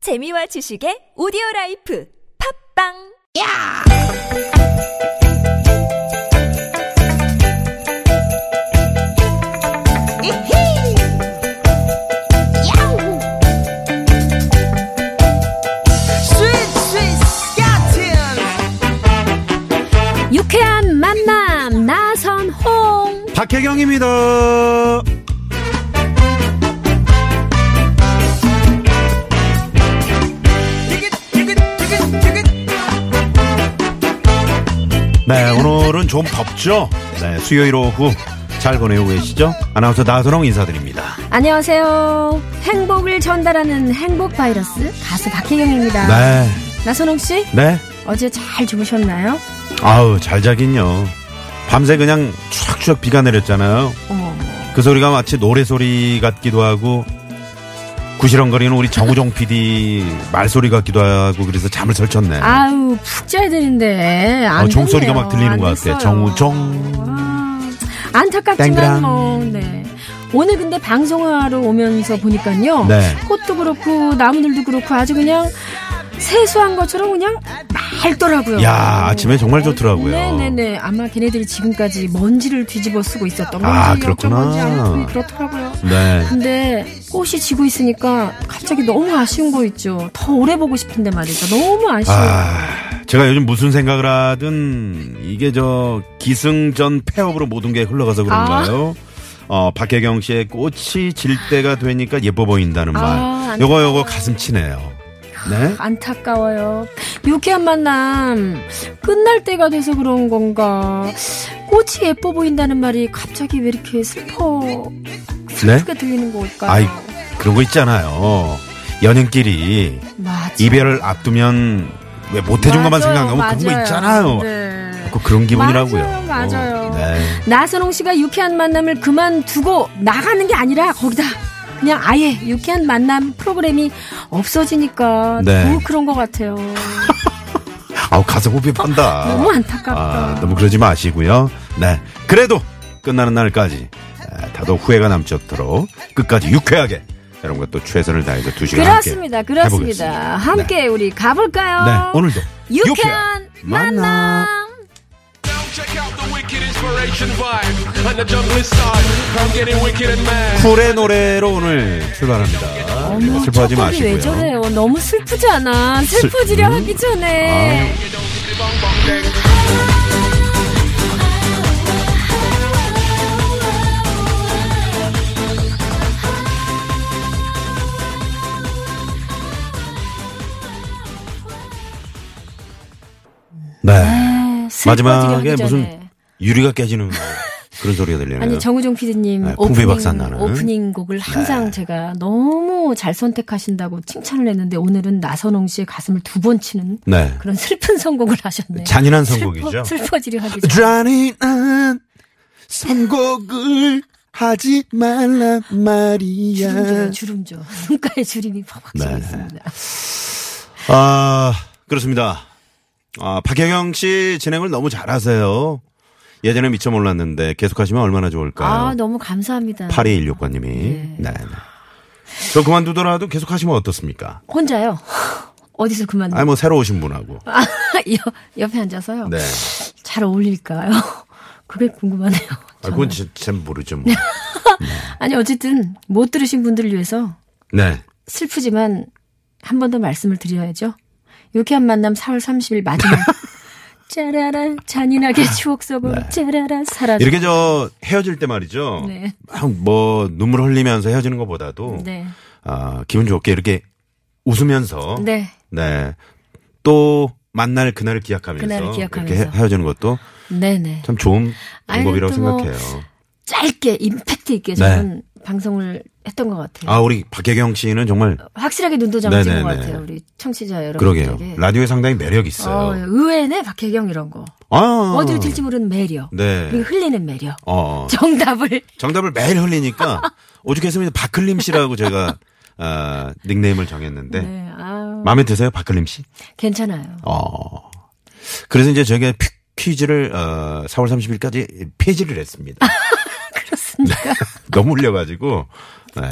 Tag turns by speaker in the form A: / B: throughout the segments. A: 재미와 지식의 오디오 라이프 팝빵!
B: 이히! 야우! 스윗 스윗 야틴!
C: 유쾌한 만남 나선홍
D: 박혜경입니다.
B: 티켓 티켓 티켓 티켓
D: 네, 오늘은 좀 덥죠? 네, 수요일 오후 잘 보내고 계시죠? 아나운서 나선홍 인사드립니다.
C: 안녕하세요 행복을 전달하는 행복 바이러스 가수 박혜경입니다
D: 네,
C: 나선홍 씨
D: 네.
C: 어제 잘 주무셨나요?
D: 아우, 잘 자긴요. 밤새 그냥 추락추락 비가 내렸잖아요.
C: 어머
D: 그 소리가 마치 노래소리 같기도 하고, 구시렁거리는 우리 정우정 PD 말소리 같기도 하고, 그래서 잠을 설쳤네.
C: 아우 푹 자야 되는데 안
D: 어, 종소리가
C: 됐네요.
D: 막 들리는
C: 안
D: 것 같아.
C: 됐어요.
D: 정우정.
C: 아,
D: 땡그랑.
C: 안타깝지만 뭐 네. 오늘 근데 방송하러 오면서 보니까요
D: 네.
C: 꽃도 그렇고 나무들도 그렇고 아주 그냥 세수한 것처럼 그냥 맑더라고요.
D: 야, 아침에 정말 좋더라고요.
C: 네네네. 아마 걔네들이 지금까지 먼지를 뒤집어 쓰고 있었던 건지
D: 아,
C: 어쩐 건지
D: 그렇구나.
C: 아무튼 그렇더라고요.
D: 네.
C: 근데 꽃이 지고 있으니까 갑자기 너무 아쉬운 거 있죠. 더 오래 보고 싶은데 말이죠. 너무 아쉬워. 요
D: 아, 제가 요즘 무슨 생각을 하든 이게 저 기승전 폐업으로 모든 게 흘러가서 그런가요?
C: 아.
D: 어, 박혜경 씨의 꽃이 질 때가 되니까 예뻐 보인다는 말.
C: 아, 안타까워요.
D: 요거 요거 가슴 치네요. 네.
C: 안타까워요. 유쾌한 만남 끝날 때가 돼서 그런 건가. 꽃이 예뻐 보인다는 말이 갑자기 왜 이렇게 슬퍼
D: 네.
C: 슬프게 들리는 걸까요?
D: 아이 그런 거 있잖아요. 연인끼리
C: 맞아.
D: 이별을 앞두면 왜 못 해준 것만 생각하면 그런 거 있잖아요.
C: 네.
D: 꼭 그런 기분이라고요.
C: 맞아요, 맞아요.
D: 네.
C: 나선홍 씨가 유쾌한 만남을 그만두고 나가는 게 아니라 거기다 그냥 아예 유쾌한 만남 프로그램이 없어지니까
D: 네.
C: 너무 그런 것 같아요.
D: 아우 가슴 후비판다.
C: 너무 안타깝다.
D: 아, 너무 그러지 마시고요. 네. 그래도 끝나는 날까지 아, 다도 후회가 남지 않도록 끝까지 유쾌하게 여러분과 또 최선을 다해서 두 시간
C: 그렇습니다,
D: 함께
C: 그렇습니다.
D: 해보겠습니다.
C: 함께 우리 가볼까요?
D: 네. 네, 오늘도
C: 유쾌한 만남.
E: Check out the wicked inspiration vibe and the jungle side. I'm getting wicked and mad.
D: 쿨의 노래로 오늘 출발합니다. 네,
C: 어머,
D: 슬퍼하지
C: 첫 곡이
D: 마시고요.
C: 왜뭐 저래요? 너무 슬프지 않아. 슬퍼지려
D: 슬- 음?
C: 하기 전에.
D: 네.
C: 네, 슬퍼지려
D: 마지막에
C: 하기
D: 무슨
C: 전에.
D: 유리가 깨지는 그런 소리가 들리네요.
C: 아니 정우종 PD님
D: 네, 쿵비 박산
C: 오프닝,
D: 나는. 네.
C: 오프닝 곡을 항상 제가 너무 잘 선택하신다고 칭찬을 했는데 오늘은 나선홍 씨의 가슴을 두 번 치는
D: 네.
C: 그런 슬픈 선곡을 하셨네요. 어,
D: 잔인한 선곡이죠. 아,
C: 슬퍼, 지려 하기 전에.
D: 잔인한 선곡을 하지 말란 말이야.
C: 주름져요, 주름져. 눈가에 주름이 팍팍 치고
D: 예. 네.
C: 있습니다.
D: 아, 그렇습니다. 아, 박혜경 씨 진행을 너무 잘하세요. 예전에 미처 몰랐는데 계속하시면 얼마나 좋을까요?
C: 아, 너무 감사합니다.
D: 8216번님이. 네. 네. 저 그만두더라도 계속하시면 어떻습니까?
C: 혼자요? 어디서 그만.
D: 아니, 뭐, 새로 오신 분하고.
C: 아, 옆, 옆에 앉아서요?
D: 네.
C: 잘 어울릴까요? 그게 궁금하네요.
D: 아, 그건 진- 참 모르죠, 뭐.
C: 아니, 어쨌든 못 들으신 분들을 위해서
D: 네.
C: 슬프지만 한 번 더 말씀을 드려야죠. 유쾌한 만남 4월 30일 마지막. 아, 짜라라 잔인하게 추억 속으로 짜라라 사라져.
D: 이렇게 저 헤어질 때 말이죠.
C: 네.
D: 막 뭐, 눈물 흘리면서 헤어지는 것보다도.
C: 네.
D: 아, 기분 좋게 이렇게 웃으면서.
C: 네.
D: 네. 또 만날 그날을 기약하면서.
C: 그날을 기약하면서.
D: 이렇게 헤- 헤어지는 것도
C: 네, 네.
D: 참 좋은
C: 아니,
D: 방법이라고
C: 또 뭐-
D: 생각해요.
C: 짧게 임팩트 있게 저는 방송을 했던 것 네. 같아요.
D: 아, 우리 박혜경 씨는 정말
C: 어, 확실하게 눈도 잠긴 것
D: 네네네.
C: 같아요. 우리 청취자
D: 그러게요.
C: 여러분에게.
D: 라디오에 상당히 매력 이 있어요.
C: 어, 의외네 박혜경 이런 거.
D: 아,
C: 어디로 튈지 모르는 매력.
D: 네.
C: 그리고 흘리는 매력.
D: 어,
C: 정답을
D: 정답을 매일 흘리니까 오죽했으면 박클림 씨라고 제가 아, 닉네임을 정했는데
C: 네, 아우,
D: 마음에 드세요, 박클림 씨?
C: 괜찮아요.
D: 어. 그래서 이제 저희가 퀴- 퀴즈를 어, 4월 30일까지 폐지를 했습니다.
C: 그렇습니다.
D: 네. 너무 울려가지고. 네.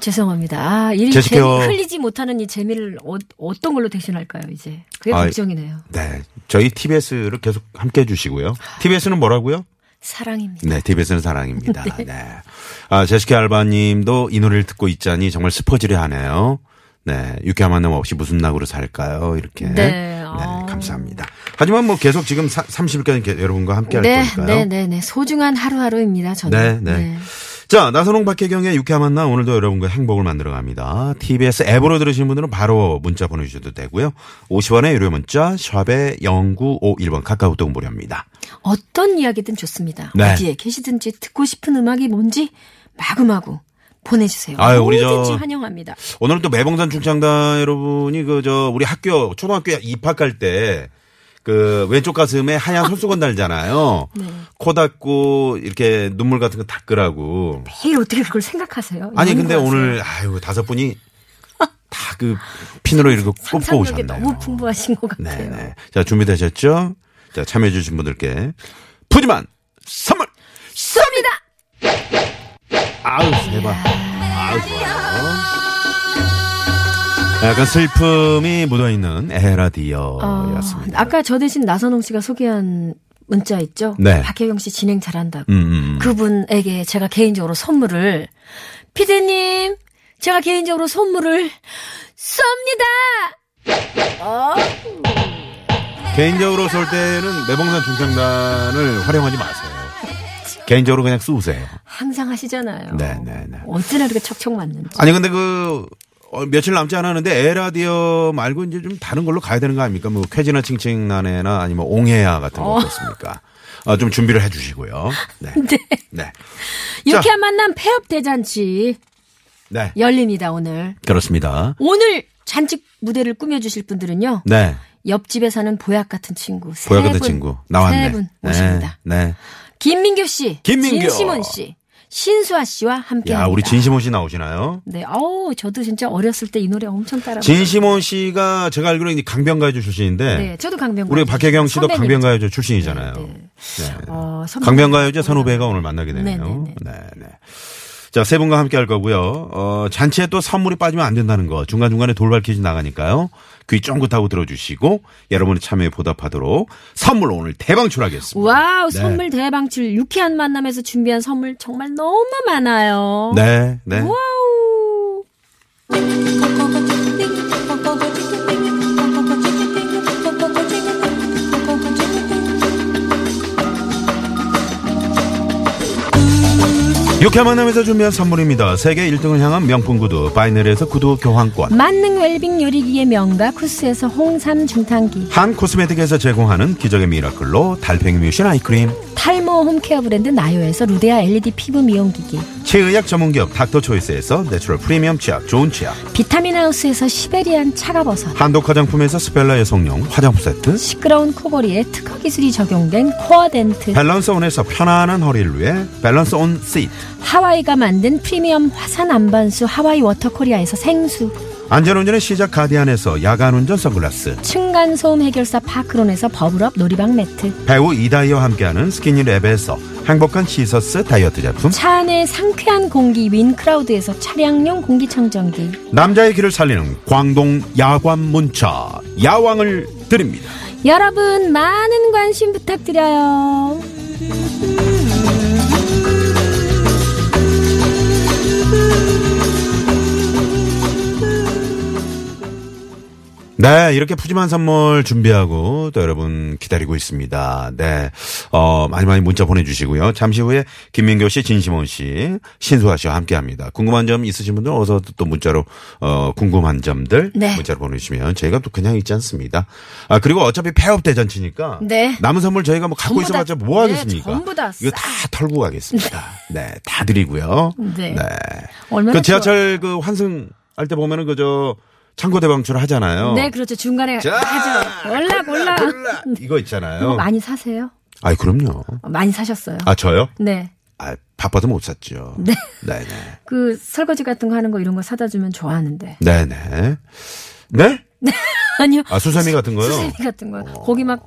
C: 죄송합니다. 아, 이
D: 제시카-
C: 재미, 흘리지 못하는 이 재미를 어, 어떤 걸로 대신할까요, 이제? 그게
D: 아,
C: 걱정이네요.
D: 네. 저희 TBS를 계속 함께 해주시고요. TBS는 뭐라고요?
C: 사랑입니다.
D: 네, TBS는 사랑입니다. 네. 아, 제시카 알바님도 이 노래를 듣고 있자니 정말 스포질이 하네요. 네, 유쾌한 만남 없이 무슨 낙으로 살까요? 이렇게.
C: 네, 아.
D: 감사합니다. 하지만 뭐 계속 지금 사, 30일까지 여러분과 함께 할
C: 네,
D: 거니까요.
C: 네, 네, 네. 소중한 하루하루입니다, 저는.
D: 네, 네. 자, 나선홍 박혜경의 유쾌한 만남 오늘도 여러분과 행복을 만들어 갑니다. TBS 앱으로 들으신 분들은 바로 문자 보내주셔도 되고요. 50원의 유료 문자 샵에 0951번 카카오톡 무료입니다.
C: 어떤 이야기든 좋습니다.
D: 네.
C: 어디에 계시든지 듣고 싶은 음악이 뭔지 마구마구 보내주세요.
D: 아유, 우리 저-
C: 뭐든지 환영합니다.
D: 오늘은 또 매봉산 충창단 여러분이 그 저 우리 학교 초등학교 입학할 때 그 왼쪽 가슴에 하얀 손수건 달잖아요.
C: 네.
D: 코 닦고 이렇게 눈물 같은 거 닦으라고.
C: 매일 어떻게 그걸 생각하세요?
D: 아니
C: 이런
D: 근데
C: 거 하세요?
D: 오늘 아유 다섯 분이 다 그 핀으로 이렇게 꼽고
C: 상상력이
D: 오셨네요.
C: 너무 풍부하신 것 같아요.
D: 네네. 자 준비되셨죠? 자 참여해주신 분들께 푸짐한 선물
C: 쏩니다!
D: 아우 대박. 아우 좋아요. 약간 슬픔이 묻어있는
C: 아,
D: 에라디어였습니다.
C: 아까 저 대신 나선홍 씨가 소개한 문자 있죠?
D: 네.
C: 박혜경 씨 진행 잘한다고.
D: 음, 음, 음.
C: 그분에게 제가 개인적으로 선물을 피디님 제가 개인적으로 선물을 쏩니다.
D: 개인적으로 쏠 때는 매봉산 중창단을 활용하지 마세요. 개인적으로 그냥 쏘세요.
C: 항상 하시잖아요.
D: 네네네.
C: 어찌나 이렇게 척척 맞는지.
D: 아니 근데 그 어, 며칠 남지 않았는데 에라디어 말고 이제 좀 다른 걸로 가야 되는 거 아닙니까? 뭐 쾌지나 칭칭나네나 아니면 옹해야 같은 거 어떻습니까? 어, 좀 준비를 해주시고요. 네.
C: 네.
D: 네.
C: 유쾌한 만남 폐업 대잔치
D: 네.
C: 열립니다 오늘.
D: 그렇습니다.
C: 오늘 잔치 무대를 꾸며주실 분들은요.
D: 네.
C: 옆집에 사는 보약 같은 친구 세
D: 보약 같은
C: 분,
D: 친구 나왔네.
C: 세 분 모십니다.
D: 네. 네.
C: 김민규 씨,
D: 김민규.
C: 진심원 씨, 신수아 씨와 함께.
D: 야,
C: 합니다.
D: 우리 진심원 씨 나오시나요?
C: 네, 어우, 저도 진짜 어렸을 때 이 노래 엄청 따라.
D: 진심원 씨가 제가 알기로 는 강변가요제 출신인데
C: 네, 저도 강병.
D: 우리 박혜경 씨도
C: 선배님.
D: 강변가요제 출신이잖아요.
C: 네, 네. 어, 선배님.
D: 강변가요제 선후배가 오늘 만나게 되네요.
C: 네,
D: 네, 네. 자, 세 분과 함께 할 거고요. 어, 잔치에 또 선물이 빠지면 안 된다는 거. 중간중간에 돌발 퀴즈 나가니까요. 귀 쫑긋하고 들어주시고 여러분의 참여에 보답하도록 선물 오늘 대방출하겠습니다.
C: 와우,
D: 네.
C: 선물 대방출 유쾌한 만남에서 준비한 선물 정말 너무 많아요.
D: 네, 네.
C: 와우.
D: 육회 만남에서 준비한 선물입니다. 세계 1등을 향한 명품 구두, 바이넬에서 구두 교환권.
C: 만능 웰빙 요리기의 명가 쿠스에서 홍삼 중탕기.
D: 한 코스메틱에서 제공하는 기적의 미라클로 달팽이 뮤신 아이크림.
C: 탈모 홈케어 브랜드 나요에서 루데아 LED 피부 미용기기.
D: 치의학 전문기업 닥터초이스에서 내추럴 프리미엄 치약, 좋은 치약.
C: 비타민 하우스에서 시베리안 차가버섯. 성공.
D: 한독 화장품에서 스펠라의 성룡 화장품 세트.
C: 시끄러운 코골이에 특허 기술이 적용된 코어 덴트
D: 밸런스 온에서 편안한 허리를 위해 밸런스 온 시트.
C: 하와이가 만든 프리미엄 화산 안반수 하와이 워터코리아에서 생수
D: 안전운전의 시작 가디안에서 야간운전 선글라스.
C: 층간소음 해결사 파크론에서 버블업 놀이방 매트
D: 배우 이다희와 함께하는 스키니랩에서 행복한 시서스 다이어트 제품.
C: 차 안의 상쾌한 공기 윈크라우드에서 차량용 공기청정기
D: 남자의 길을 살리는 광동 야관 문차 야왕을 드립니다.
C: 여러분 많은 관심 부탁드려요
D: 네, 이렇게 푸짐한 선물 준비하고 또 여러분 기다리고 있습니다. 네, 어, 많이 많이 문자 보내주시고요. 잠시 후에 김민교 씨, 진심원 씨, 신수아 씨와 함께 합니다. 궁금한 점 있으신 분들은 어서 또 문자로, 어, 궁금한 점들
C: 네.
D: 문자로 보내주시면 저희가 또 그냥 있지 않습니다. 아, 그리고 어차피 폐업 대잔치니까
C: 네.
D: 남은 선물 저희가 뭐 갖고
C: 전부 다,
D: 있어봤자 뭐
C: 네,
D: 하겠습니까?
C: 전부 다
D: 이거 다 털고 가겠습니다. 네, 다 드리고요.
C: 네. 얼마나
D: 그 지하철 그 환승 할 때 보면은 그저 창고 대방출 하잖아요.
C: 네 그렇죠 중간에
D: 어. 자,
C: 가죠 올라 올라
D: 몰라. 이거 있잖아요.
C: 많이 사세요
D: 아이 그럼요.
C: 많이 사셨어요
D: 아 저요?
C: 네
D: 아 바빠도 못 샀죠. 네. 네네.
C: 그 설거지 같은 거 하는 거 이런 거 사다 주면 좋아하는데
D: 네네. 네?
C: 아니요
D: 아 수세미 같은 거요.
C: 수세미 같은 거. 거기 막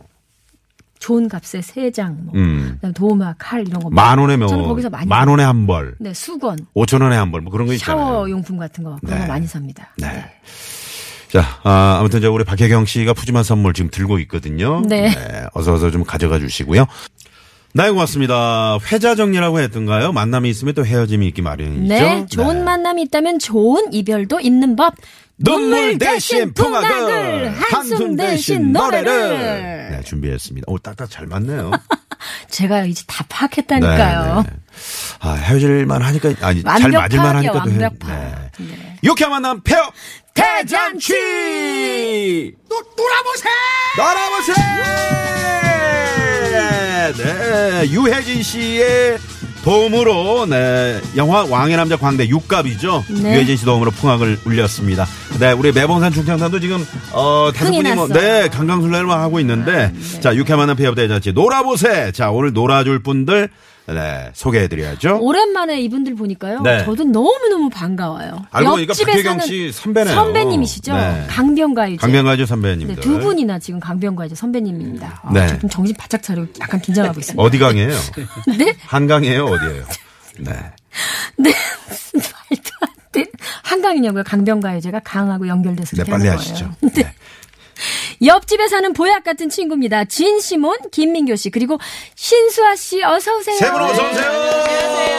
C: 좋은 값에 세 장, 뭐,
D: 음.
C: 그다음에 도마, 칼 이런 거.
D: 만 원에 뭐,
C: 저는 거기서 많이.
D: 만 원에 한 벌,
C: 네, 수건,
D: 오천 원에 한 벌, 뭐 그런 거 있잖아요.
C: 샤워 용품 같은 거 그런
D: 네.
C: 거 많이 삽니다.
D: 네. 자, 아, 아무튼 이제 우리 박혜경 씨가 푸짐한 선물 지금 들고 있거든요.
C: 네.
D: 어서 어서 좀 가져가 주시고요. 네, 고맙습니다. 회자 정리라고 했던가요? 만남이 있으면 또 헤어짐이 있기 마련이죠.
C: 네, 좋은
D: 네.
C: 만남이 있다면 좋은 이별도 있는 법.
D: 눈물 대신 풍악을,
C: 한숨 대신 노래를.
D: 네, 준비했습니다. 오, 딱딱 잘 맞네요.
C: 제가 이제 다 파악했다니까요.
D: 네, 네. 아, 헤어질만 하니까, 아니, 잘 맞을만
C: 완벽파악이야,
D: 하니까 또 헤-
C: 완벽파악.
D: 네.
C: 네.
D: 유쾌한 만남 폐업
C: 대잔치!
D: 또 놀아보세! 놀아보세! 네, 유혜진 씨의 도움으로 네 영화 왕의 남자 광대 육갑이죠.
C: 네.
D: 유혜진 씨 도움으로 풍악을 울렸습니다. 네, 우리 매봉산 중창단도 지금 어 다섯
C: 흥이
D: 분이 뭐,
C: 났어요. 아, 네.
D: 네 강강술래만 하고 있는데 자 육회 만난 폐업 대잔치 놀아보세! 자 오늘 놀아줄 분들 네 소개해드려야죠.
C: 오랜만에 이분들 보니까요.
D: 네.
C: 저도 너무너무 반가워요.
D: 알고 보니까
C: 옆집에
D: 박혜경
C: 사는
D: 씨 선배네요.
C: 선배님이시죠?
D: 네.
C: 강병가이제.
D: 강명가주
C: 네,
D: 선배님들.
C: 두 분이나 지금 강병가이제 선배님입니다. 아,
D: 네.
C: 저좀 정신 바짝 차리고 약간 긴장하고 있습니다.
D: 어디 강이에요?
C: 네?
D: 한강이에요? 어디에요? 네.
C: 네. 무슨 말도 안 돼. 한강이냐고요. 강병가이제가 강하고 연결돼서
D: 네,
C: 이렇게
D: 빨리
C: 하는
D: 하시죠.
C: 거예요. 음.
D: 네.
C: 옆집에 사는 보약 같은 친구입니다. 진시몬, 김민교 씨, 그리고 신수아 씨, 어서오세요.
D: 세분 어서오세요!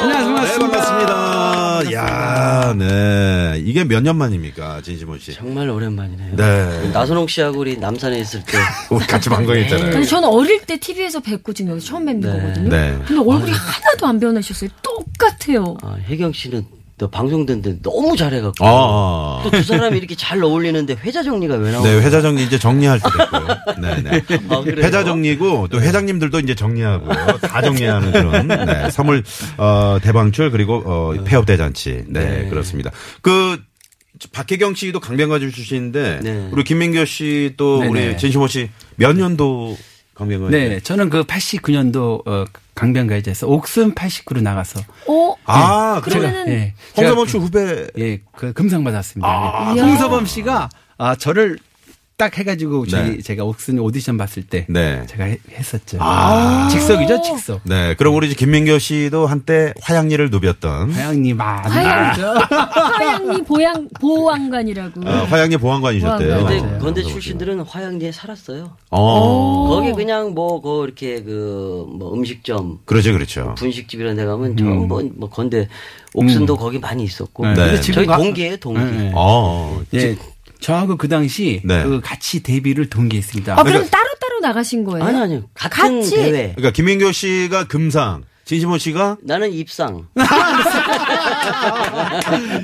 D: 안녕하세요. 네, 반갑습니다. 야, 네. 이게 몇 년 만입니까, 진심원 씨?
F: 정말 오랜만이네요.
D: 네.
F: 나선홍 씨하고 우리 남산에 있을 때
D: 우리 같이 방송했잖아요.
C: 네. 근데 저는 어릴 때 TV에서 뵙고 지금 여기 처음 뵙는 거거든요.
D: 네.
C: 근데 얼굴이 하나도 안 변하셨어요. 똑같아요.
F: 아, 혜경 씨는 너 방송 듣는데 너무 잘해갖고
D: 아, 아.
F: 또 두 사람이 이렇게 잘 어울리는데 회자 정리가 왜 나오고
D: 네, 회자 정리 이제 정리할 때 됐고요. 네, 네.
F: 아, 그래요?
D: 회자 정리고 또 회장님들도 이제 정리하고 다 정리하는 그런 네, 3월 어, 대방출 그리고 어, 폐업 대잔치. 네, 그렇습니다. 그 박혜경 씨도 강변가 출신인데
F: 네.
D: 우리 김민교 씨 또
G: 네네.
D: 우리 진심호 씨 몇 년도 강변가?
G: 네, 저는 그 89년도 어, 강변가이제에서 옥슨 89로 나가서
C: 어?
D: 아, 그러면
C: 그러면은
G: 예,
D: 홍서범
G: 제가-
D: 씨 후배
G: 예, 그 금상 받았습니다. 예.
C: 이야.
G: 홍서범 씨가 아, 저를 딱 해가지고 저희
D: 네.
G: 제가 옥슨 오디션 봤을 때
D: 네.
G: 제가 해- 했었죠. 직석이죠, 직석.
D: 네, 그럼 우리 이제 김민교 씨도 한때 화양리를 누볐던
F: 네.
G: 하양님 아,
C: 화양, 화양리 보양, 보왕관이라고.
D: 어, 화양리 보안관이셨대요.
F: 근데
D: 네,
F: 건대
D: 홍서범 씨가.
F: 출신들은 화양리에 살았어요.
D: 어,
F: 거기 그냥 뭐 그 이렇게 그 뭐 음식점
D: 그렇죠, 그렇죠.
F: 분식집 이런 데 가면 전부 뭐 건대 옥순도 거기 많이 있었고
G: 네.
D: 근데
F: 저희
G: 지금 가-
F: 동기예요 동기.
G: 네.
D: 어,
G: 예, 저하고 그 당시
D: 네.
G: 그 같이 데뷔를 동기했습니다.
C: 아, 그럼 따로따로 나가신 거예요?
F: 아니 아니 같은
C: 같이?
F: 대회.
D: 그러니까 김민교 씨가 금상, 진심원 씨가
F: 나는 입상.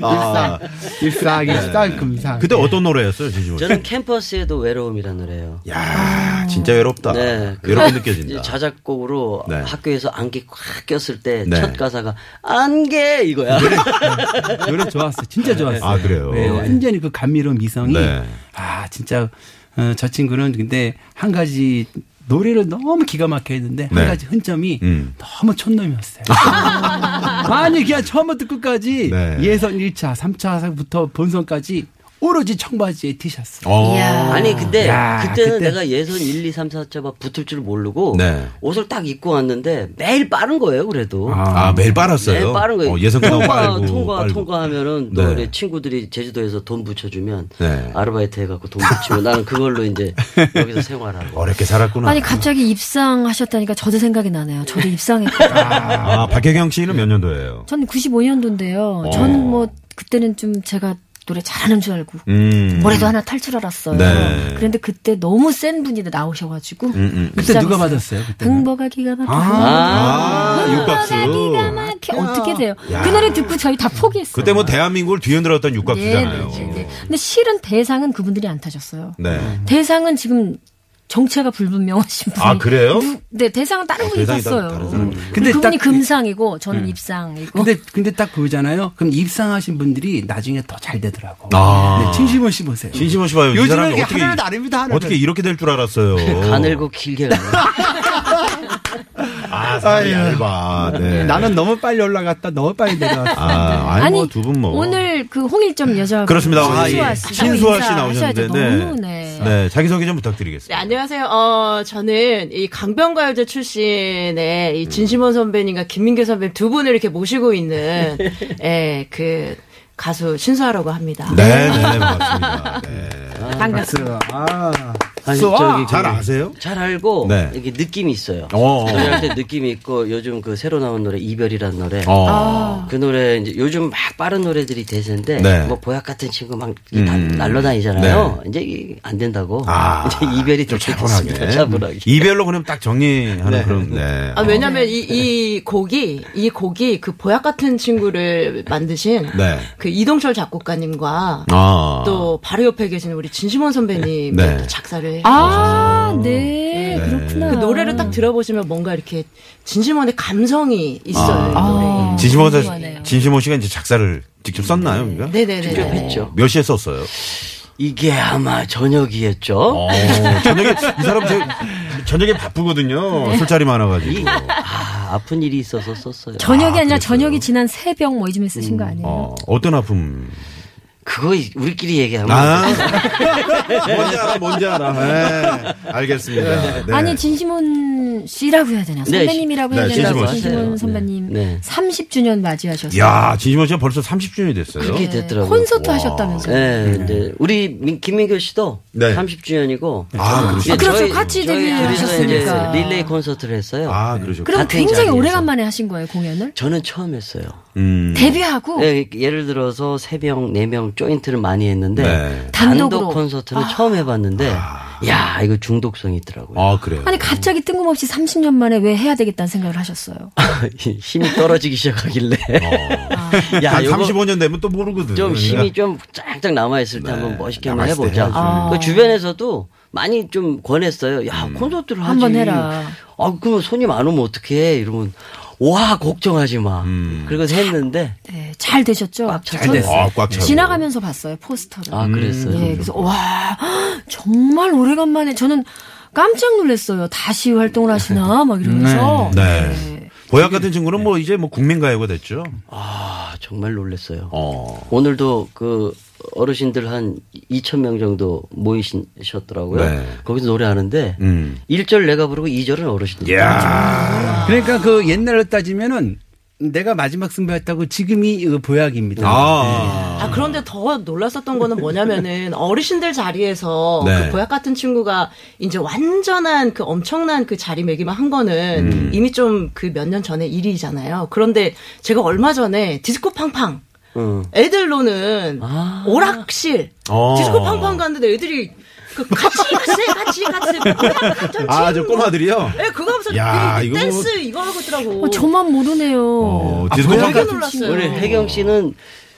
D: 아,
G: 일상일상 금상.
D: 그때 어떤 노래였어요, 진심원 씨?
F: 네. 저는 캠퍼스에도 외로움이라는 노래예요.
D: 야, 진짜 외롭다.
F: 그
D: 외롭게 아, 느껴진다.
F: 자작곡으로
D: 네.
F: 학교에서 안개 꽉 꼈을 때
D: 네.
F: 첫 가사가 안개 이거야.
G: 노래 좋았어. 진짜 좋았어.
D: 아, 그래요?
G: 네, 완전히 그 감미로운 미성이.
D: 네.
G: 아, 진짜, 어, 저 친구는 근데 한 가지, 노래를 너무 기가 막혀 했는데,
D: 네.
G: 한 가지 흔점이
D: 음.
G: 너무 촌놈이었어요. 아니, 그냥 처음부터 끝까지
D: 네.
G: 예선 1차, 3차부터 본선까지 오로지 청바지에 티셔츠.
D: 어.
F: 아니 근데
G: 야,
F: 그때는
G: 그때.
F: 내가 예선 1, 2, 3, 4차 막 붙을 줄 모르고
D: 네.
F: 옷을 딱 입고 왔는데 매일 빠른 거예요. 그래도.
D: 아, 매일 빨았어요.
F: 매일 빠른 거예요.
D: 어, 예선 끝나고
F: 통과,
D: 빨고.
F: 통과,
D: 빨고.
F: 통과하면은 또
D: 네.
F: 우리 친구들이 제주도에서 돈 붙여주면
D: 네.
F: 아르바이트 해갖고 돈 붙이면 나는 그걸로 이제 여기서 생활하고.
D: 어렵게 살았구나.
C: 아니, 갑자기 입상하셨다니까 저도 생각이 나네요. 저도 입상했거든요.
D: 아, 박혜경 씨는 몇 년도예요?
C: 저는 95년도인데요.
D: 어.
C: 저는 뭐 그때는 좀 제가 노래 잘하는 줄 알고
D: 음.
C: 올해도 하나 탈 줄 알았어요.
D: 네.
C: 그런데 그때 너무 센 분이 나오셔가지고
D: 음.
G: 그때 누가
C: 입상했어요.
G: 받았어요? 그때.
C: 흥보가 기가 막혀.
D: 아, 육각수.
C: 흥보가 기가 막혀. 어떻게 돼요?
D: 야.
C: 그 노래 듣고 저희 다 포기했어요.
D: 그때 뭐 대한민국을 뒤흔들었던
C: 네,
D: 육각수잖아요.
C: 네, 음. 네. 근데 실은 대상은 그분들이 안 타셨어요.
D: 네.
C: 대상은 지금 정체가 불분명하신 분이.
D: 아, 그래요? 아,
C: 누- 네, 대상은 다른 분이
D: 대상이
C: 탔어요.
D: 다른- 다른 사람이. 음.
G: 근데
C: 그분이
G: 딱-
C: 금상이고 저는 입상이고.
G: 근데 근데 딱 보잖아요. 그럼 입상하신 분들이 나중에 더 잘 되더라고.
D: 아.
G: 네, 진심원 씨 보세요.
D: 진심원 씨 봐요. 이
G: 요즘에
D: 사람이
G: 이게
D: 어떻게-
G: 하늘 나릅니다. 하늘
D: 어떻게 이렇게 될 줄 알았어요.
F: 가늘고 길게 가요.
D: 아, 사이 얇아. 네.
G: 나는 너무 빨리 올라갔다, 너무 빨리 내려왔다.
D: 아, 아니, 뭐두 분 뭐.
C: 오늘 그 홍일점 여자
D: 그렇습니다.
C: 신수아
D: 예.
C: 씨
D: 신수아 씨
C: 인사하셔야죠.
D: 나오셨는데.
C: 너무
D: 네.
C: 네.
D: 네, 자기소개 좀
H: 네,
D: 부탁드리겠습니다.
H: 안녕하세요. 어, 저는 이 강변가요제 출신의 이
D: 음.
H: 진심원 선배님과 김민규 선배님 두 분을 이렇게 모시고 있는, 예, 그 가수 신수아라고 합니다.
D: 네, 네, 네, 반갑습니다. 네.
G: 박수. 아.
F: 아니,
D: 수아,
F: 저기 그-
D: 잘 아세요?
F: 잘 알고
D: 네.
F: 이게 느낌이 있어요.
D: 어.
F: 노래할 때 느낌이 있고 요즘 그 새로 나온 노래 이별이라는 노래.
D: 어.
F: 그 노래 이제 요즘 막 빠른 노래들이 대세인데
D: 네. 음.
F: 뭐 보약 같은 친구 막 다- 날라다니잖아요. 이제 이게 안 된다고.
D: 아.
F: 이제 이별이
D: 좀
F: 좋게
D: 차분하게.
F: 됐습니다. 차분하게.
D: 이별로 그러면 딱 정리하는 그런, 네.
H: 아, 왜냐면 이, 이 곡이, 이 곡이 그 보약 같은 친구를 만드신
D: 네.
H: 그 이동철 작곡가님과
D: 아.
H: 또 바로 옆에 계신 우리 진심원 선배님
D: 네.
H: 또 작사를
C: 아, 네. 그렇구나.
H: 그 노래를 딱 들어보시면 뭔가 이렇게 진심원의 감성이 있어요.
D: 아,
H: 이
D: 네.
H: 노래에.
D: 진심원, 사- 진심원 씨가 이제 작사를 직접 썼나요, 그러니까?
H: 네네네.
F: 직접 했죠.
D: 몇 시에 썼어요?
F: 이게 아마 저녁이었죠.
D: 어, 저녁에, 이 사람 저, 저녁에 바쁘거든요. 술자리
F: 이-
D: 많아가지고.
F: 아, 아픈 일이 있어서 썼어요.
C: 저녁이
D: 아,
C: 아, 니라
D: 그랬어요?
C: 저녁이 지난 새벽 뭐 이쯤에 쓰신 거 아니에요?
D: 어, 어떤 아픔?
F: 그거 우리끼리 얘기하면
D: 아, 뭔지 알아, 뭔지 알아. 네, 알겠습니다. 네.
C: 아니 진심원 씨라고 해야 되나
F: 네,
C: 선배님이라고 해야
D: 네,
C: 되나
D: 진심원
C: 진심원,
D: 씨.
F: 네.
C: 선배님
F: 네.
C: 30주년 맞이하셨어요.
D: 야, 진심원 씨가 벌써 30주년이 됐어요.
F: 그게
C: 네,
F: 됐더라고요.
C: 콘서트 하셨다면서요?
F: 네, 이제 우리 민- 김민교 씨도
D: 음. 네.
F: 30주년이고
D: 아, 그러시-
C: 아, 그렇죠. 같이 데뷔하셨으니까.
F: 릴레이 콘서트를 했어요.
D: 아, 그러셨
C: 그럼
F: 같은
C: 굉장히
F: 자리에서.
C: 오래간만에 하신 거예요 공연을?
F: 저는 처음 했어요.
D: 음.
C: 데뷔하고
F: 예, 예를 들어서 3명, 4명 조인트를 많이 했는데
D: 네.
F: 단독
C: 단독으로. 아.
F: 콘서트는 처음 해봤는데 야 이거 중독성이 있더라고요.
D: 아, 그래요.
C: 아니 갑자기 뜬금없이 30년 만에 왜 해야 되겠다는 생각을 하셨어요?
F: 힘이 떨어지기 시작하길래 야
D: 어. 한
F: 이거
D: 35년 되면 또 모르거든.
F: 좀 힘이
D: 그러니까.
F: 좀 쫙쫙 남아있을 때 한번 멋있게 한번
D: 네. 남아있을 때
F: 해보자.
D: 해야죠. 음.
C: 아.
F: 그 주변에서도 많이 좀 권했어요. 야, 콘서트를 하지.
C: 한번 해라.
F: 아, 그럼 손님 안 오면 어떡해. 이러면, 와, 걱정하지 마.
D: 음.
F: 그리고 했는데,
C: 네, 잘 되셨죠?
F: 잘
C: 저는
D: 됐어요. 아, 꽉 차고.
C: 지나가면서 봤어요 포스터를.
D: 음.
F: 아, 그랬어요.
C: 예, 그래서 와 정말 오래간만에 저는 깜짝 놀랐어요. 다시 활동을 하시나 막 이러면서.
D: 네. 보약 같은 친구는 뭐 이제 뭐 국민 가요가 됐죠.
F: 아, 정말 놀랐어요.
D: 어.
F: 오늘도 그 어르신들 한 2,000명 정도 모이셨더라고요.
D: 네.
F: 거기서 노래하는데,
D: 음.
F: 1절 내가 부르고 2절은 어르신들.
D: 야.
G: 그러니까 그 옛날로 따지면은 내가 마지막 승부했다고 지금이 그 보약입니다.
D: 아.
H: 아, 그런데 더 놀랐었던 거는 뭐냐면은 어르신들 자리에서
D: 네.
H: 그 보약 같은 친구가 이제 완전한 그 엄청난 그 자리매김을 한 거는
D: 음.
H: 이미 좀 그 몇 년 전의 일이잖아요. 그런데 제가 얼마 전에 디스코 팡팡
F: 응.
H: 애들로는
F: 아.
H: 오락실
D: 어.
H: 디스코 팡팡 갔는데 애들이 그 같이 같이 같이 같이 같이
D: 아, 저 꼬마들이요?
C: 네.
H: 예, 그거 하면서
D: 야,
H: 그
D: 이거 뭐-
H: 댄스 이거 하고 있더라고.
C: 어, 저만 모르네요.
D: 어,
G: 아,
D: 디스코
G: 보약
D: 팡팡.
H: 되게 놀랐어요.
F: 우리 혜경 씨는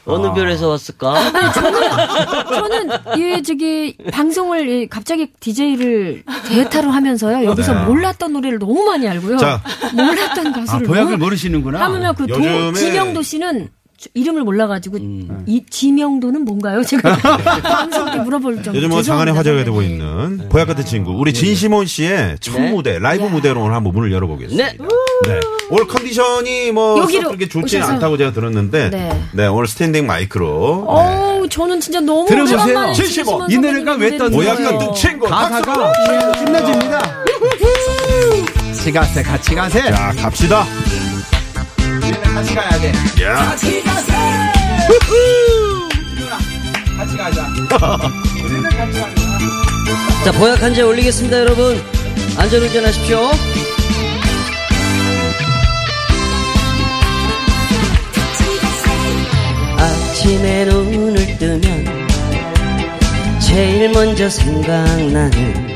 F: 어느
D: 아.
F: 별에서 왔을까?
C: 어, 저는 이 저기 방송을 이 갑자기 DJ를 데이터로 하면서요. 여기서
D: 네.
C: 몰랐던 노래를 너무 많이 알고요.
D: 자.
C: 몰랐던
G: 아,
C: 가수를
G: 보약을
C: 너무-
G: 모르시는구나.
C: 하물며 그
D: 요즘에-
C: 도, 지명도 씨는 저- 이름을 몰라가지고
G: 음.
C: 이 지명도는 뭔가요? 제가 방송 때 물어볼 네. 정도.
D: 음. 요즘 뭐 장안의 화제가 되고 있는 보약 같은 친구
C: 네.
D: 우리 진시몬 씨의 첫
F: 네.
D: 무대 라이브 무대로 오늘 한번 문을 열어보겠습니다.
F: 네.
D: 네. 오늘 컨디션이 뭐
C: 여기로
D: 그렇게 좋지
C: 오셔서.
D: 않다고 제가 들었는데 네.
C: 네.
D: 오늘 스탠딩 마이크로 네.
C: 어우, 저는 진짜 너무
G: 들어보세요.
C: 오랜만에
D: 칠십오.
C: 진심원
G: 이 노래가
C: 선배님
G: 왜 떴는지.
D: 보약
C: 노래를
D: 같은
C: 들어요.
D: 친구
G: 가사가 네. 신나집니다. 같이 가세, 같이 가세.
D: 자 갑시다.
G: 같이 가야 돼.
D: 야.
G: 같이 가세. 누나, 같이 가자. 우리는 같이 가자.
F: 자, 보약 한 잔 올리겠습니다, 여러분. 안전운전 하십시오. 아침에 눈을 뜨면 제일 먼저 생각나는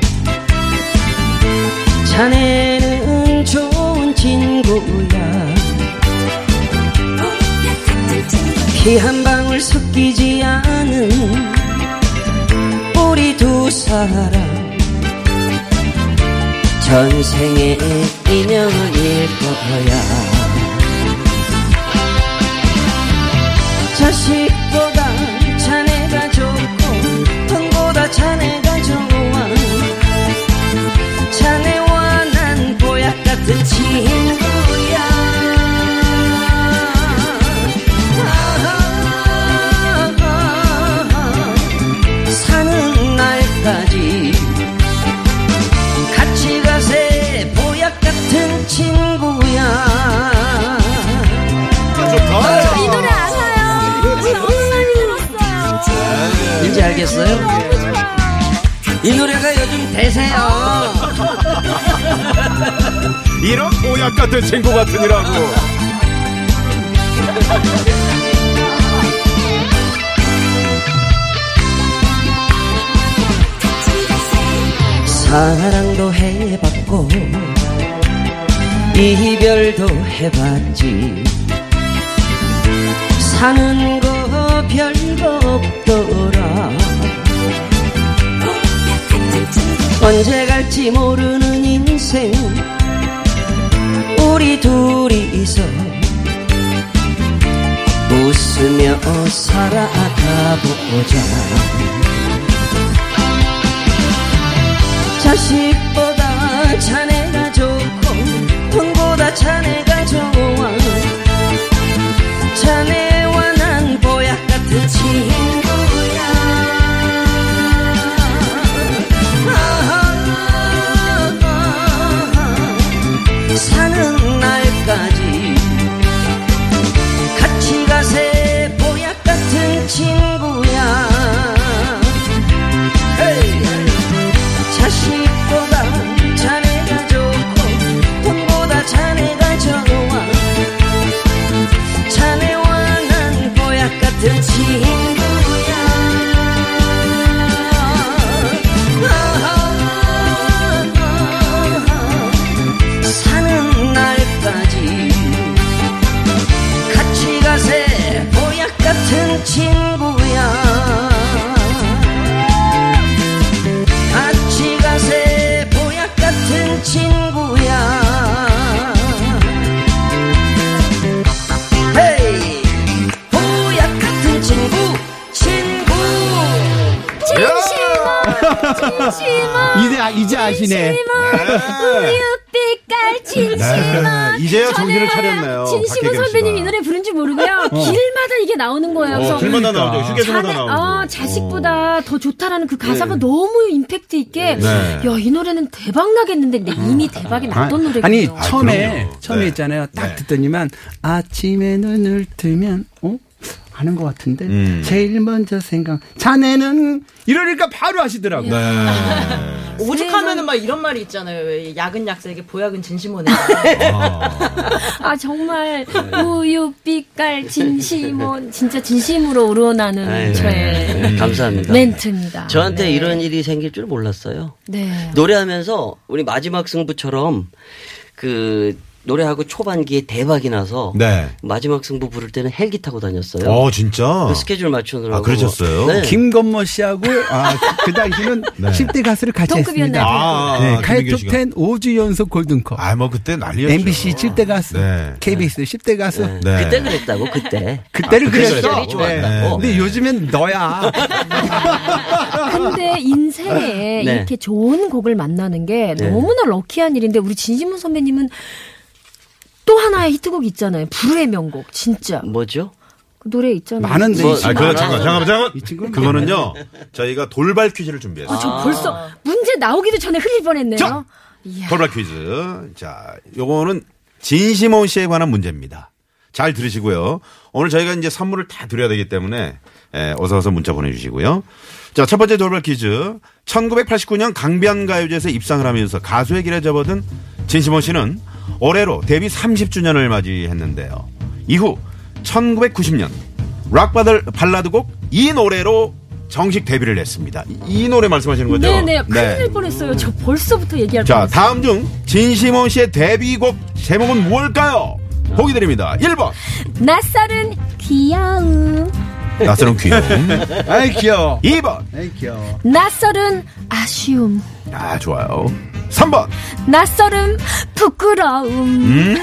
F: 자네는 좋은 친구야. 피 한 방울 섞이지 않은 우리 두 사람 전생의 인연일 거야 자식보다 자네가 좋고 돈보다 자네가 좋아 자네와 난 보약 같은 친구
C: 아,
A: 아,
F: 알겠어요? 이 노래가 요즘 대세요.
D: 이런 오약 같은 친구 같으니라고.
F: 사랑도 해봤고 이별도 해봤지 사는 거 별거 없더라 언제 갈지 모르는 인생 우리 둘이서 웃으며 살아가보자 자식보다 자네가 좋고 돈보다 자네가 좋아 자네와 난 보약 같은 친구야 아, 아, 아. 사는 날까지 같이 가세 보약 같은 친구야 헤이. 자식보다 자네가 좋고 돈보다 자네가 좋아 자네와 난 보약 같은 친구야 아, 아, 아. 사는 날까지 같이 가세 보약 같은 친구야 같이 가세 보약 같은 친구야 헤이 보약 같은 친구 친구
G: 이제 아- 이제 아시네.
C: 우유빛깔 진심아.
D: 네, 이제야 정신을
C: 전에야
D: 차렸네요,
C: 진심아
D: 박혜경
C: 선배님
D: 씨가.
C: 이 노래 부른지 모르고요. 길마다 이게 나오는 거예요.
D: 어,
C: 그래서
D: 길마다
G: 그러니까.
D: 나오죠. 어. 휴게소마다
C: 자네,
D: 나오고.
C: 아, 자식보다 더 좋다라는 그 가사가 너무 임팩트 있게,
D: 네. 음.
C: 야, 이 노래는 대박 나겠는데, 근데 이미 대박이 났던 노래거든요.
G: 아니 처음에
D: 그럼요.
G: 처음에
D: 네.
G: 있잖아요. 딱
D: 네.
G: 듣더니만 아침에 눈을 뜨면 어 아는 것 같은데
D: 음.
G: 제일 먼저 생각 자네는 이러니까 바로 하시더라고. 요
D: 네.
H: 오직 하면은 막 이런 말이 있잖아요. 왜 약은 약사에게 보약은 진심원에.
C: 아, 정말,
F: 네.
C: 우유빛깔 진심은, 진짜 진심으로 우러나는 저의
F: 아, 네. 예. 감사합니다
C: 멘트입니다.
F: 저한테 이런 일이 생길 줄 몰랐어요
C: 네.
F: 노래하면서 우리 마지막 승부처럼 그 노래하고 초반기에 대박이 나서
D: 네.
F: 마지막 승부 부를 때는 헬기 타고 다녔어요.
D: 어, 진짜.
F: 그 스케줄 맞추느라고.
D: 아, 그러셨어요?
F: 네.
G: 김건모 씨하고 아, 그 당시는 10대 가수를 같이 했습니다.
D: 네.
C: 동급이었나요?
D: 아,
G: 네,
D: 아, 김민교 씨가.
G: 가요톱10 5주 연속 골든컵.
D: 아, 뭐 그때 난리였죠.
G: MBC 7대 가수,
D: 네.
G: KBS 10대 가수.
D: 네.
F: 그때 그랬다고 그때.
G: 그때를
F: 아, 그때
G: 그랬어.
F: 시절이 좋았다고.
D: 네.
G: 근데 요즘엔 너야.
C: 근데 인생에
F: 네.
C: 이렇게 좋은 곡을 만나는 게
F: 네.
C: 너무나 럭키한 일인데 우리 진심은 선배님은 또 하나의 히트곡 있잖아요. 불후의 명곡 진짜
F: 뭐죠?
C: 그 노래 있잖아요.
G: 많은데
F: 뭐,
G: 이
D: 아, 그거
F: 많아요. 네.
D: 잠깐, 잠깐,
G: 이
D: 잠깐.
G: 친구는
D: 그거는요, 저희가 돌발 퀴즈를
C: 어,
D: 준비했어요.
C: 저 벌써
F: 아.
C: 문제 나오기도 전에 흘릴 뻔했네요.
D: 자!
C: 이야.
D: 돌발 퀴즈. 자, 요거는 진심원 씨에 관한 문제입니다. 잘 들으시고요. 오늘 저희가 이제 선물을 다 드려야 되기 때문에, 예, 어서어서 문자 보내주시고요. 자, 첫 번째 돌발 퀴즈. 1989년 강변가요제에서 입상을 하면서 가수의 길에 접어든 진심원 씨는 올해로 데뷔 30주년을 맞이했는데요. 이후 1990년 락 발라- 발라드곡 이 노래로 정식 데뷔를 했습니다. 이, 이 노래 말씀하시는 거죠?
C: 네네 큰일
D: 네.
C: 날 뻔했어요. 저 벌써부터 얘기할
D: 자,
C: 뻔했어요.
D: 다음 중 진심원 씨의 데뷔곡 제목은 뭘까요? 보기 드립니다. 1번.
C: 낯설은 귀여움,
F: 네.
D: 낯설은 귀여움.
G: 아이 귀여워.
D: 2번.
G: 아이 귀여워.
C: 낯설은 아쉬움,
D: 아, 좋아요. 3번.
C: 낯설은 부끄러움.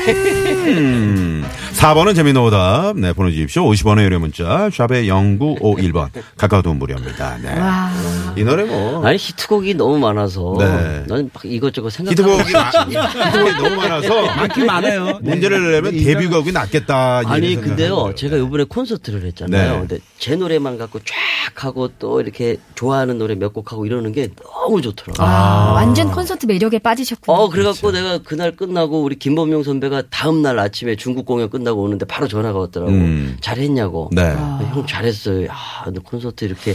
D: 음, 4번은 재미있는 오답. 네, 보내주십시오. 50원의 유료 문자. 샵의 0951번. 가까운 무료입니다. 네.
C: 와.
D: 이 노래 뭐.
F: 아니 히트곡이 너무 많아서
D: 네.
F: 나는 막 이것저것 생각하고
D: 히트곡이, 많- 히트곡이 너무 많아서
G: 많긴 많아요. 네.
D: 문제를 내려면
G: 근데 인간-
D: 데뷔곡이 낫겠다. 이런
F: 아니
D: 생각을
F: 근데요
D: 하는데요.
F: 제가 요번에 콘서트를 했잖아요
D: 네.
F: 근데 제 노래만 갖고 쫙 하고 또 이렇게 좋아하는 노래 몇 곡 하고 이러는 게 너무 좋더라고요
C: 아, 완전 콘서트 매력에 빠지셨군요.
F: 어, 그래갖고 내가 그날 끝나고 우리 김범용 선배가 다음날 아침에 중국 공연 끝나고 오는데 바로 전화가 왔더라고.
D: 음.
I: 아.
F: 잘했냐고.
D: 네.
F: 형 잘했어요. 야, 너 콘서트 이렇게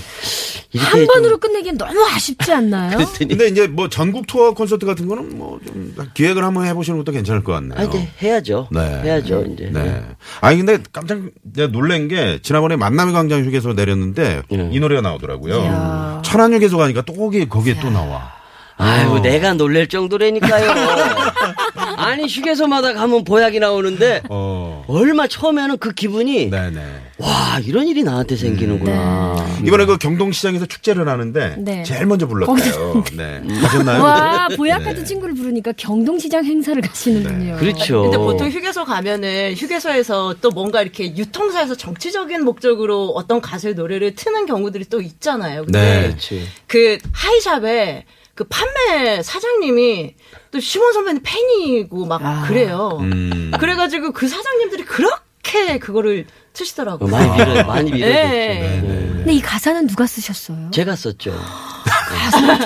I: 이렇게
C: 한
I: 좀-
C: 번으로 끝내기엔 너무 아쉽지 않나요?
D: 근데 이제 뭐 전국 투어 콘서트 같은 거는 뭐 좀 기획을 한번 해보시는 것도 괜찮을 것 같네요.
I: 아, 이제 해야죠.
D: 네.
I: 해야죠, 이제.
D: 네. 아니 근데 깜짝 내가 놀란 게 지난번에 만남의 광장 휴게소 내렸는데
I: 예.
D: 이 노래가 나오더라고요. 천안 휴게소 가니까 또 거기 거기에 또 나와.
I: 아이고, 내가 놀랄 정도라니까요. 아니, 휴게소마다 가면 보약이 나오는데,
D: 어.
I: 얼마 처음에는 그 기분이,
D: 네네.
I: 와, 이런 일이 나한테 생기는구나.
D: 이번에 그 경동시장에서 축제를 하는데
C: 네. 음.
D: 제일 먼저 불렀어요. 네. 가셨나요?
C: 와 보약 같은
D: 네.
C: 친구를 부르니까 경동시장 행사를 가시는군요.
I: 그렇죠.
D: 어.
H: 근데 보통 휴게소 가면은 휴게소에서 또 뭔가 이렇게 유통사에서 정치적인 목적으로 어떤 가수의 노래를 트는 경우들이 또 있잖아요. 근데
D: 네.
I: 그렇지.
H: 그 하이샵에 그 판매 사장님이 또 시원 선배님 팬이고 막 그래요.
D: 음.
H: 그래가지고 그 사장님들이 그렇게 그거를
I: 어,
H: 트시더라고요.
I: 많이 밀어, 많이 밀어.
H: 네.
C: 근데 이 가사는 누가 쓰셨어요?
I: 제가 썼죠.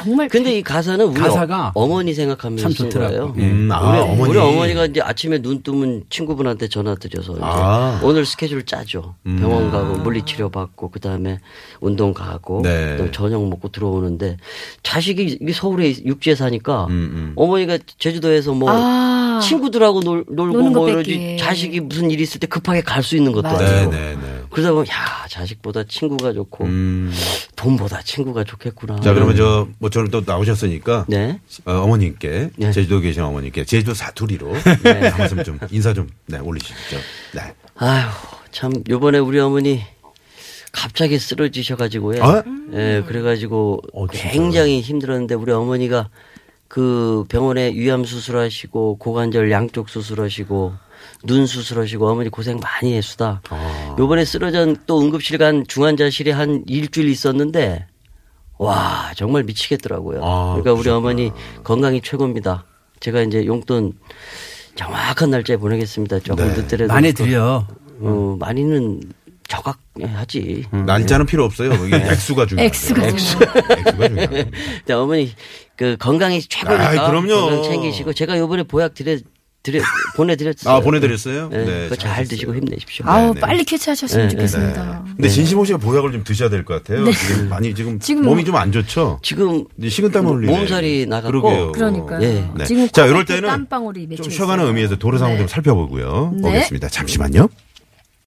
C: 정말
I: 근데 이 가사는 우리
G: 가사가
I: 어, 머니 생각하면서
G: 참
I: 쓴
G: 좋더라고요.
I: 거예요.
G: 예.
D: 음, 아, 어머니.
I: 우리 어머니가 이제 아침에 눈 뜨면 친구분한테 전화 드려서 이제
D: 아. 음.
I: 오늘 스케줄 짜죠. 병원 가고 물리치료 받고 그 다음에 운동 가고
D: 네.
I: 그다음에 저녁 먹고 들어오는데 자식이 이게 서울에 육지에 사니까
D: 음, 음.
I: 어머니가 제주도에서 뭐
C: 아.
I: 친구들하고 놀, 놀고
C: 노는 것
I: 뭐
C: 뺏기.
I: 이러지 자식이 무슨 일이 있을 때 급하게 갈 수 있는 것도
C: 맞아요.
D: 네,
I: 아니고
D: 네, 네.
I: 그러다 보면 야 자식보다 친구가 좋고
D: 음.
I: 돈보다 친구가 좋겠구나.
D: 자, 그러면 저 모처럼 또 나오셨으니까
I: 네.
D: 어, 어머님께
I: 네.
D: 제주도 계신 어머님께 제주도 사투리로 한 말씀 좀 인사 좀 네, 올리시죠. 네.
I: 아휴, 참, 요번에 우리 어머니 갑자기 쓰러지셔가지고요.
D: 어?
I: 예, 그래가지고
D: 어, 진짜요?
I: 굉장히 힘들었는데 우리 어머니가 그 병원에 위암 수술하시고 고관절 양쪽 수술하시고 눈 수술하시고 어머니 고생 많이 했수다.
D: 아.
I: 요번에 쓰러진 또 응급실 간 중환자실에 한 일주일 있었는데 와, 정말 미치겠더라고요.
D: 아,
I: 그러니까 우리 어머니 건강이 최고입니다. 제가 이제 용돈 정확한 날짜에 보내겠습니다. 조금
D: 네.
I: 늦더라도
G: 많이 드려.
I: 어, 많이는 저각하지.
D: 날짜는 필요 없어요. 이게
I: 네.
D: 액수가 중요해요. 네.
C: 액수가
D: 액수가 중요해요. 네.
I: 근데 어머니 그 건강이 최고니까
D: 아이, 그럼요.
I: 건강 챙기시고 제가 요번에 보약 드려 드려 보내드렸어요.
D: 아, 보내드렸어요?
I: 네,
D: 네,
I: 그거 잘
D: 잘하셨어요.
I: 드시고 힘내십시오.
C: 아우
D: 네.
C: 빨리 캐치하셨으면
I: 네,
C: 좋겠습니다. 네.
D: 근데 진심호 씨가 보약을 좀 드셔야 될 것 같아요. 지금 많이 지금,
C: 지금
D: 몸이 좀 안 좋죠.
I: 지금
D: 이제 식은땀 흘리네.
I: 뭐 몸살이 나갔고
D: 그러게요.
C: 그러니까요.
I: 예.
D: 네.
C: 지금
D: 자, 이럴
C: 코앞에
D: 때는
C: 땀방울이 맺혀
D: 좀 쉬어가는
C: 있어요.
D: 의미에서 도로 상황 좀 살펴보고요.
C: 네.
D: 오겠습니다. 잠시만요.